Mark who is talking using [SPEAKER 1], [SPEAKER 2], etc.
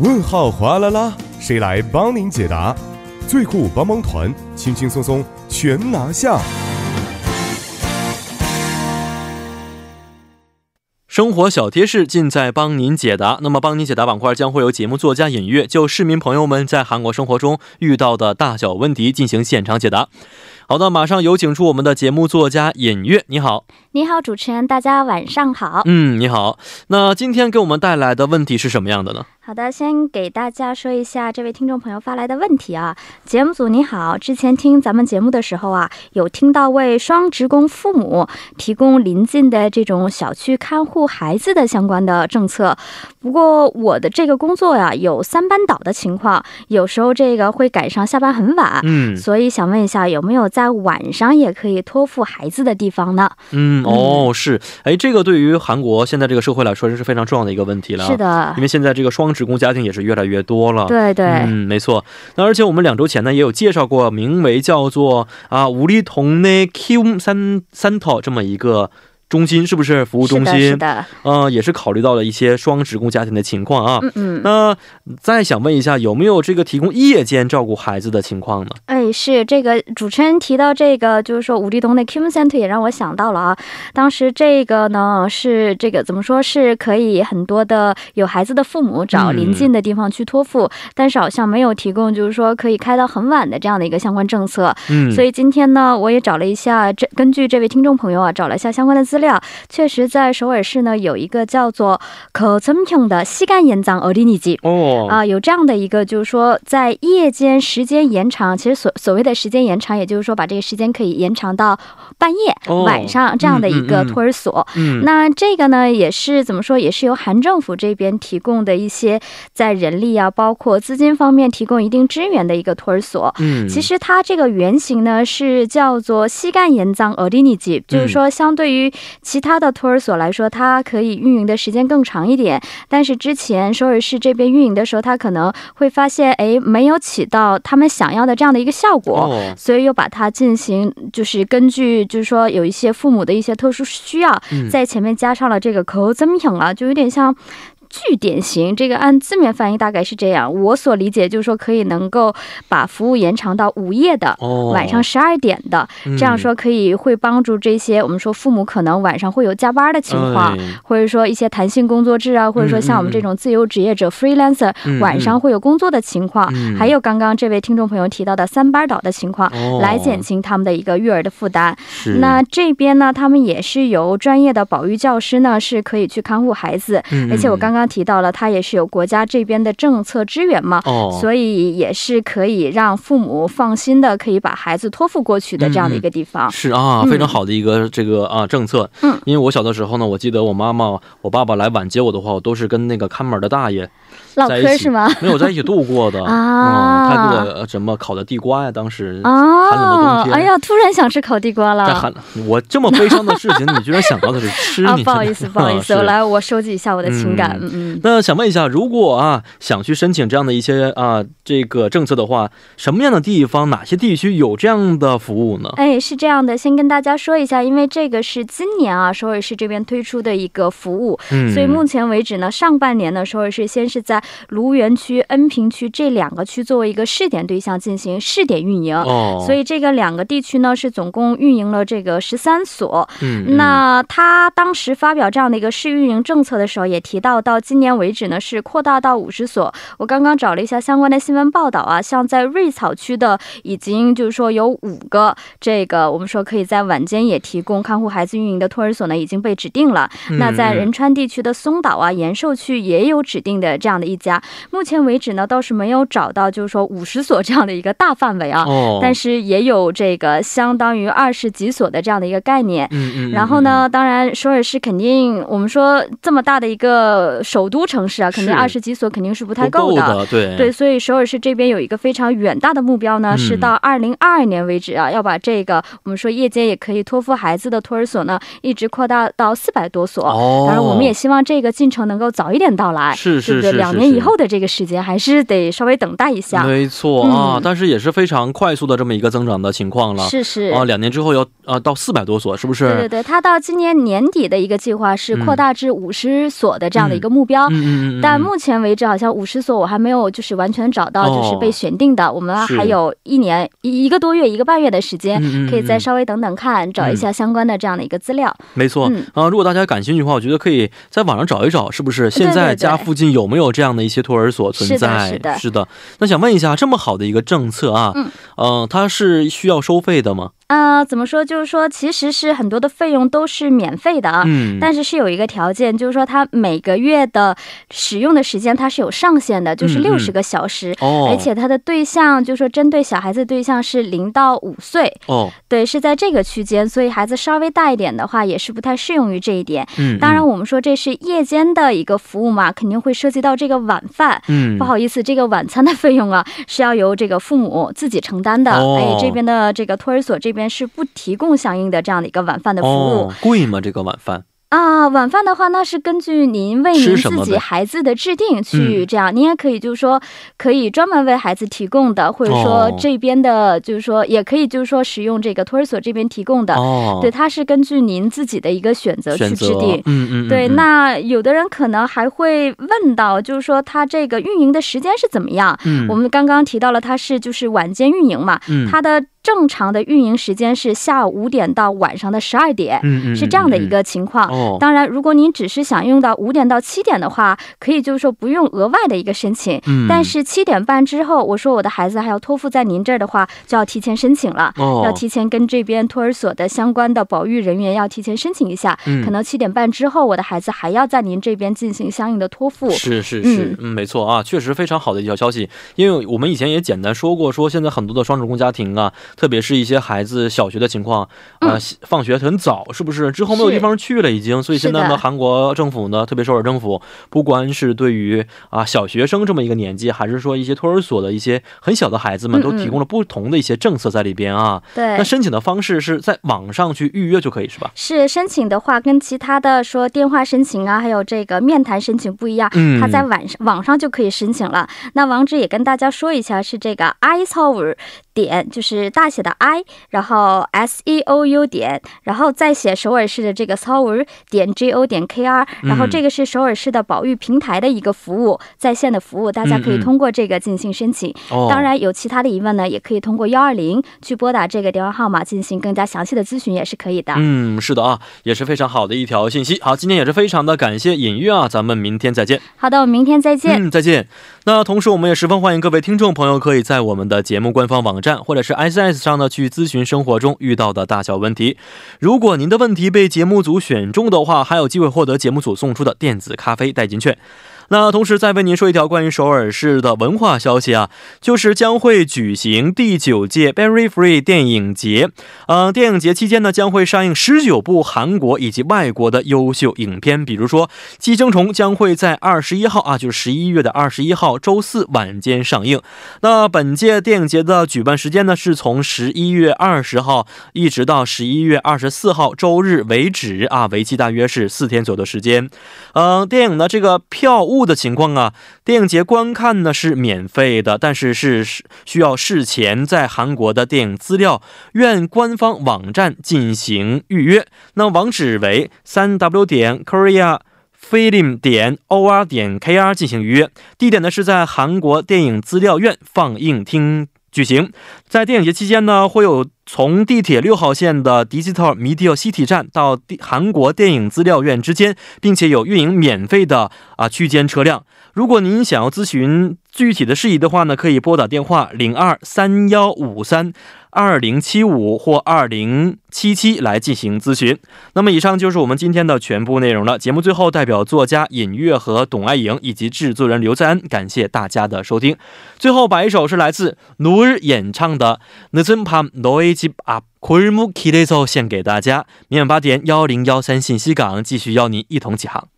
[SPEAKER 1] 问号哗啦啦，谁来帮您解答？最酷帮帮团，轻轻松松全拿下。
[SPEAKER 2] 生活小贴士尽在帮您解答。那么，帮您解答板块将会由节目作家尹月就市民朋友们在韩国生活中遇到的大小问题进行现场解答。好的，马上有请出我们的节目作家尹月，你好，
[SPEAKER 3] 你好，主持人，大家晚上好。
[SPEAKER 2] 嗯，你好。那今天给我们带来的问题是什么样的呢？
[SPEAKER 3] 好的，先给大家说一下这位听众朋友发来的问题啊。节目组你好，之前听咱们节目的时候啊，有听到为双职工父母提供临近的这种小区看护孩子的相关的政策。不过我的这个工作呀、有三班倒的情况，有时候这个会赶上下班很晚。
[SPEAKER 2] 嗯
[SPEAKER 3] 所以想问一下，有没有在晚上也可以托付孩子的地方呢？
[SPEAKER 2] 嗯，哦，是，哎，这个对于韩国现在这个社会来说是非常重要的一个问题了。
[SPEAKER 3] 是，的
[SPEAKER 2] 因，为现在这个双职工家庭也是越来越多了。
[SPEAKER 3] 对对。
[SPEAKER 2] 嗯，没错。那而且我们两周前呢也有介绍过，名为叫做啊우리동네 Q 三三套这么一个中心，是不是服务
[SPEAKER 3] 是
[SPEAKER 2] 中
[SPEAKER 3] 的，是
[SPEAKER 2] 心？
[SPEAKER 3] 的，
[SPEAKER 2] 呃，也是考虑到了一些双职工家庭的情况啊。
[SPEAKER 3] 嗯嗯。
[SPEAKER 2] 那再想问一下，有没有这个提供夜间照顾孩子的情况呢？
[SPEAKER 3] 哎，是这个主持人提到这个，就是说武立东的 Kim Center 也让我想到了啊。当时这个呢是这个怎么说是可以很多的有孩子的父母找
[SPEAKER 2] 嗯
[SPEAKER 3] 邻近的地方去托付，但是好像没有提供就是说可以开到很晚的这样的一个相关政策。
[SPEAKER 2] 嗯，
[SPEAKER 3] 所
[SPEAKER 2] 以
[SPEAKER 3] 以今天呢，我也找了一下，这根据这位听众朋友啊，找了一下相关的资料，确实在首尔市呢有一个叫做可增평的시간연장어린이집。
[SPEAKER 2] 哦，
[SPEAKER 3] 啊、有这样的一个，就是说在夜间时间延长，其实所所谓的时间延长，也就是说把这个时间可以延长到半夜、
[SPEAKER 2] 哦
[SPEAKER 3] 晚上这样的一
[SPEAKER 2] 嗯
[SPEAKER 3] 个
[SPEAKER 2] 嗯嗯
[SPEAKER 3] 托儿所。
[SPEAKER 2] 嗯，
[SPEAKER 3] 那这个呢，也是怎么说，也是由韩政府这边提供的一些在人力啊，包括资金方面提供一定支援的一个托儿所。
[SPEAKER 2] 嗯，
[SPEAKER 3] 其实它这个原型呢是叫做西干延藏 o r d i n i j i 就是说相对于其他的托儿所来说，它可以运营的时间更长一点。但是之前首尔市这边运营的时候，它可能会发现，哎，没有起到他们想要的这样的一个效果。
[SPEAKER 2] 哦，
[SPEAKER 3] 所以又把它进行，就是根据，就是说有一些父母的一些特殊需要，
[SPEAKER 2] 嗯
[SPEAKER 3] 在前面加上了这个 c o z m 啊，就有点像。据典型，这个按字面翻译大概是这样。我所理解就是说，可以能够把服务延长到午夜的，
[SPEAKER 2] 哦，
[SPEAKER 3] 晚上十二点的，这样
[SPEAKER 2] 嗯
[SPEAKER 3] 说可以会帮助这些我们说父母可能晚上会有加班的情况，
[SPEAKER 2] 哎
[SPEAKER 3] 或者说一些弹性工作制啊，或者说像我们这种自由职业者 freelancer
[SPEAKER 2] 嗯
[SPEAKER 3] 晚上会有工作的情况
[SPEAKER 2] 嗯，
[SPEAKER 3] 还有刚刚这位听众朋友提到的三班倒的情况，
[SPEAKER 2] 哦
[SPEAKER 3] 来减轻他们的一个育儿的负担。
[SPEAKER 2] 是
[SPEAKER 3] 那这边呢，他们也是由专业的保育教师呢，是可以去看护孩子，
[SPEAKER 2] 嗯
[SPEAKER 3] 而且我刚刚提到了，他也是有国家这边的政策支援嘛。
[SPEAKER 2] 哦，
[SPEAKER 3] 所以也是可以让父母放心的，可以把孩子托付过去的这样的一个地方。
[SPEAKER 2] 是啊，
[SPEAKER 3] 嗯
[SPEAKER 2] 非常好的一个这个啊政策。
[SPEAKER 3] 嗯，
[SPEAKER 2] 因为我小的时候呢，我记得我妈妈、我爸爸来晚接我的话，我都是跟那个看门的大爷
[SPEAKER 3] 唠
[SPEAKER 2] 在一
[SPEAKER 3] 嗑
[SPEAKER 2] 起
[SPEAKER 3] 是吗？
[SPEAKER 2] 没有在一起度过 的
[SPEAKER 3] 啊
[SPEAKER 2] 嗯，他给我呃什么烤的地瓜呀，当时。寒冷的冬
[SPEAKER 3] 哦，
[SPEAKER 2] 天
[SPEAKER 3] 哎呀，突然想吃烤地瓜了。
[SPEAKER 2] 在
[SPEAKER 3] 啊，
[SPEAKER 2] 寒，我这么悲伤的事情，你居然想到的是 吃你？
[SPEAKER 3] 哦
[SPEAKER 2] 啊
[SPEAKER 3] 不好意思，不好意思，
[SPEAKER 2] 是
[SPEAKER 3] 我来，我收集一下我的情感。
[SPEAKER 2] 嗯
[SPEAKER 3] 嗯嗯。
[SPEAKER 2] 那想问一下，如果啊想去申请这样的一些啊这个政策的话，什么样的地方、哪些地区有这样的服务呢？
[SPEAKER 3] 哎，是这样的，先跟大家说一下，因为这个是今年啊首尔市这边推出的一个服务，
[SPEAKER 2] 嗯，
[SPEAKER 3] 所以目前为止呢，上半年呢，首尔市先是在卢园区、恩平区这两个区作为一个试点对象进行试点运营。
[SPEAKER 2] 哦，
[SPEAKER 3] 所以这个两个地区呢，是总共运营了这个十三所。
[SPEAKER 2] 嗯，嗯
[SPEAKER 3] 那他当时发表这样的一个试运营政策的时候，也提到到今年为止呢，是扩大到五十所。我刚刚找了一下相关的新闻报道啊，像在瑞草区的，已经就是说有五个这个我们说可以在晚间也提供看护孩子运营的托儿所呢，已经被指定了。
[SPEAKER 2] 嗯
[SPEAKER 3] 那在仁川地区的松岛啊、延寿区也有指定的这样的一家。目前为止呢，倒是没有找到就是说五十所这样的一个大范围啊，
[SPEAKER 2] 哦，
[SPEAKER 3] 但是也有这个相当于二十几所的这样的一个概念。
[SPEAKER 2] 嗯嗯，
[SPEAKER 3] 然后呢，当然首尔市肯定，我们说这么大的一个首都城市啊，肯定
[SPEAKER 2] 是
[SPEAKER 3] 二十几所肯定是不
[SPEAKER 2] 不
[SPEAKER 3] 太
[SPEAKER 2] 够
[SPEAKER 3] 够的。
[SPEAKER 2] 的，哎对
[SPEAKER 3] 对，，所以首尔市这边有一个非常远大的目标呢，
[SPEAKER 2] 嗯
[SPEAKER 3] 是到二零二二年为止啊，要把这个我们说夜间也可以托付孩子的托儿所呢，一直扩大到四百多所。
[SPEAKER 2] 哦，
[SPEAKER 3] 当然，我们也希望这个进程能够早一点到来，
[SPEAKER 2] 是
[SPEAKER 3] 对
[SPEAKER 2] 是
[SPEAKER 3] 不
[SPEAKER 2] 是
[SPEAKER 3] 对？
[SPEAKER 2] 是
[SPEAKER 3] 两年以后的这个时间，还是得稍微等待一下。
[SPEAKER 2] 没错啊、
[SPEAKER 3] 嗯
[SPEAKER 2] 但是也是非常快速的这么一个增长的情况了。
[SPEAKER 3] 是是。
[SPEAKER 2] 啊，两年之后要啊到四百多所，是不是？
[SPEAKER 3] 对对对，它到今年年底的一个计划是扩大至五十所的这样的一个目目标。
[SPEAKER 2] 嗯嗯嗯嗯，
[SPEAKER 3] 但目前为止，好像五十所我还没有就是完全找到，
[SPEAKER 2] 哦
[SPEAKER 3] 就是被选定的。我们
[SPEAKER 2] 是
[SPEAKER 3] 还有一年一一个多月、一个半月的时
[SPEAKER 2] 嗯
[SPEAKER 3] 间，
[SPEAKER 2] 嗯嗯嗯
[SPEAKER 3] 可以再稍微等等看，找一下相关的这样的一个资料。
[SPEAKER 2] 没错
[SPEAKER 3] 嗯
[SPEAKER 2] 啊、如果大家感兴趣的话，我觉得可以在网上找一找，是不是现在
[SPEAKER 3] 对对
[SPEAKER 2] 家附近有没有这样的一些托儿所存在？
[SPEAKER 3] 是的是的
[SPEAKER 2] 那想问一下，这么好的一个政策啊，
[SPEAKER 3] 嗯
[SPEAKER 2] 呃它是需要收费的吗？
[SPEAKER 3] 呃，怎么说？就是说，其实是很多的费用都是免费的啊。
[SPEAKER 2] 嗯，
[SPEAKER 3] 但是是有一个条件，就是说它每个月的使用的时间它是有上限的，就是
[SPEAKER 2] 嗯嗯
[SPEAKER 3] 六十个小时、
[SPEAKER 2] 哦，
[SPEAKER 3] 而且它的对象就是说针对小孩子的对象是零到五岁，
[SPEAKER 2] 哦，
[SPEAKER 3] 对，是在这个区间，所以孩子稍微大一点的话，也是不太适用于这一点。
[SPEAKER 2] 嗯，
[SPEAKER 3] 当然，我们说这是夜间的一个服务嘛，肯定会涉及到这个晚饭。
[SPEAKER 2] 嗯，嗯
[SPEAKER 3] 不好意思，这个晚餐的费用啊， 是要由这个父母自己承担的。
[SPEAKER 2] 哦
[SPEAKER 3] 哎，这边的这个托儿所这边是不提供相应的这样的一个晚饭的服务。
[SPEAKER 2] 哦，贵吗？这个晚饭？
[SPEAKER 3] 啊，晚饭的话，那是根据您为
[SPEAKER 2] 吃
[SPEAKER 3] 您
[SPEAKER 2] 什么
[SPEAKER 3] 自己
[SPEAKER 2] 呗嗯
[SPEAKER 3] 孩子的制定去这样，您也可以就是说，可以专门为孩子提供的，或者说
[SPEAKER 2] 哦
[SPEAKER 3] 这边的，就是说也可以就是说使用这个托儿所这边提供的，
[SPEAKER 2] 哦，
[SPEAKER 3] 对，，它是根据您自己的一个选择去
[SPEAKER 2] 选择
[SPEAKER 3] 制定。
[SPEAKER 2] 嗯嗯，嗯
[SPEAKER 3] 对，
[SPEAKER 2] 嗯
[SPEAKER 3] 那有的人可能还会问到，就是说它这个运营的时间是怎么样？
[SPEAKER 2] 嗯，
[SPEAKER 3] 我们刚刚提到了，它是就是晚间运营嘛，
[SPEAKER 2] 嗯
[SPEAKER 3] 它的正常的运营时间是下午五点到晚上的十二点。
[SPEAKER 2] 嗯嗯
[SPEAKER 3] 是这样的一
[SPEAKER 2] 嗯
[SPEAKER 3] 个情况。
[SPEAKER 2] 嗯哦，
[SPEAKER 3] 当然，如果您只是想用到五点到七点的话，可以就是说不用额外的一个申请。
[SPEAKER 2] 嗯
[SPEAKER 3] 但是七点半之后，我说我的孩子还要托付在您这儿的话，就要提前申请了。
[SPEAKER 2] 哦，
[SPEAKER 3] 要提前跟这边托儿所的相关的保育人员要提前申请一下，
[SPEAKER 2] 嗯
[SPEAKER 3] 可能七点半之后，我的孩子还要在您这边进行相应的托付。
[SPEAKER 2] 是是是
[SPEAKER 3] 嗯，
[SPEAKER 2] 嗯，没错啊，确实非常好的一条消息。因为我们以前也简单说过，说现在很多的双职工家庭啊，特别是一些孩子小学的情况，呃，放学很早，是不是？之后没有
[SPEAKER 3] 嗯是
[SPEAKER 2] 地方去了，已经。所以现在
[SPEAKER 3] 是
[SPEAKER 2] 呢，
[SPEAKER 3] 的
[SPEAKER 2] 韩国政府呢，特别首尔政府，不光是对于啊小学生这么一个年纪，还是说一些托儿所的一些很小的孩子们，
[SPEAKER 3] 嗯
[SPEAKER 2] 都
[SPEAKER 3] 嗯
[SPEAKER 2] 提供了不同的一些政策在里边啊。
[SPEAKER 3] 对
[SPEAKER 2] 那，申请的方式是在网上去预约就可以，是吧？
[SPEAKER 3] 是申请的话，跟其他的说电话申请啊，还有这个面谈申请不一样，
[SPEAKER 2] 嗯
[SPEAKER 3] 它在网上网上就可以申请了。那网址也跟大家说一下，是这个 i s o w r 点，就是大写的 i，然后 s e o u 点，然后再写首尔市的这个 s o w r 点 g o 点 k r，然后这
[SPEAKER 2] 嗯
[SPEAKER 3] 个是首尔市的保育平台的一个服务，在线的服务，大家可以
[SPEAKER 2] 嗯嗯
[SPEAKER 3] 通过这个进行申请。
[SPEAKER 2] 哦，
[SPEAKER 3] 当然，有其他的疑问呢，也可以通过幺二零去拨打这个电话号码进行更加详细的咨询，也是可以的。
[SPEAKER 2] 嗯，是的啊，也是非常好的一条信息。好，今天也是非常的感谢隐约啊，咱们明天再见。
[SPEAKER 3] 好的，我们明天再见。
[SPEAKER 2] 嗯，再见。那同时，我们也十分欢迎各位听众朋友可以在我们的节目官方网站或者是 ICS 上呢去咨询生活中遇到的大小问题。如果您的问题被节目组选中的话，还有机会获得节目组送出的电子咖啡代金券。那同时再为您说一条关于首尔市的文化消息啊，就是将会举行第九届 Berry Free 电影节。呃，电影节期间呢，将会上映十九部韩国以及外国的优秀影片，比如说《寄生虫》将会在二十一号啊，就是十一月的二十一号周四晚间上映。那本届电影节的举办时间呢，是从十一月二十号一直到十一月二十四号周日为止啊，为期大约是四天左右的时间。嗯、电影呢这个票务的情况啊，电影节观看呢是免费的，但是是是需要事前在韩国的电影资料院官方网站进行预约。那网址为三 w 点 korea。film 点 or 点 kr 进行预约，地点呢是在韩国电影资料院放映厅举行。在电影节期间呢，会有从地铁六号线的 Digital Media City 站到地韩国电影资料院之间，并且有运营免费的啊区间车辆。如果您想要咨询具体的事宜的话呢，可以拨打电话零二三幺五三二零七五或二零七七来进行咨询。那么以上就是我们今天的全部内容了。节目最后，代表作家尹月和董爱颖以及制作人刘在安，感谢大家的收听。最后，把一首是来自努尔演唱的《늦은밤너의집앞골목길에서》献给大家。明晚八点幺零幺三信息港继续邀您一同起航。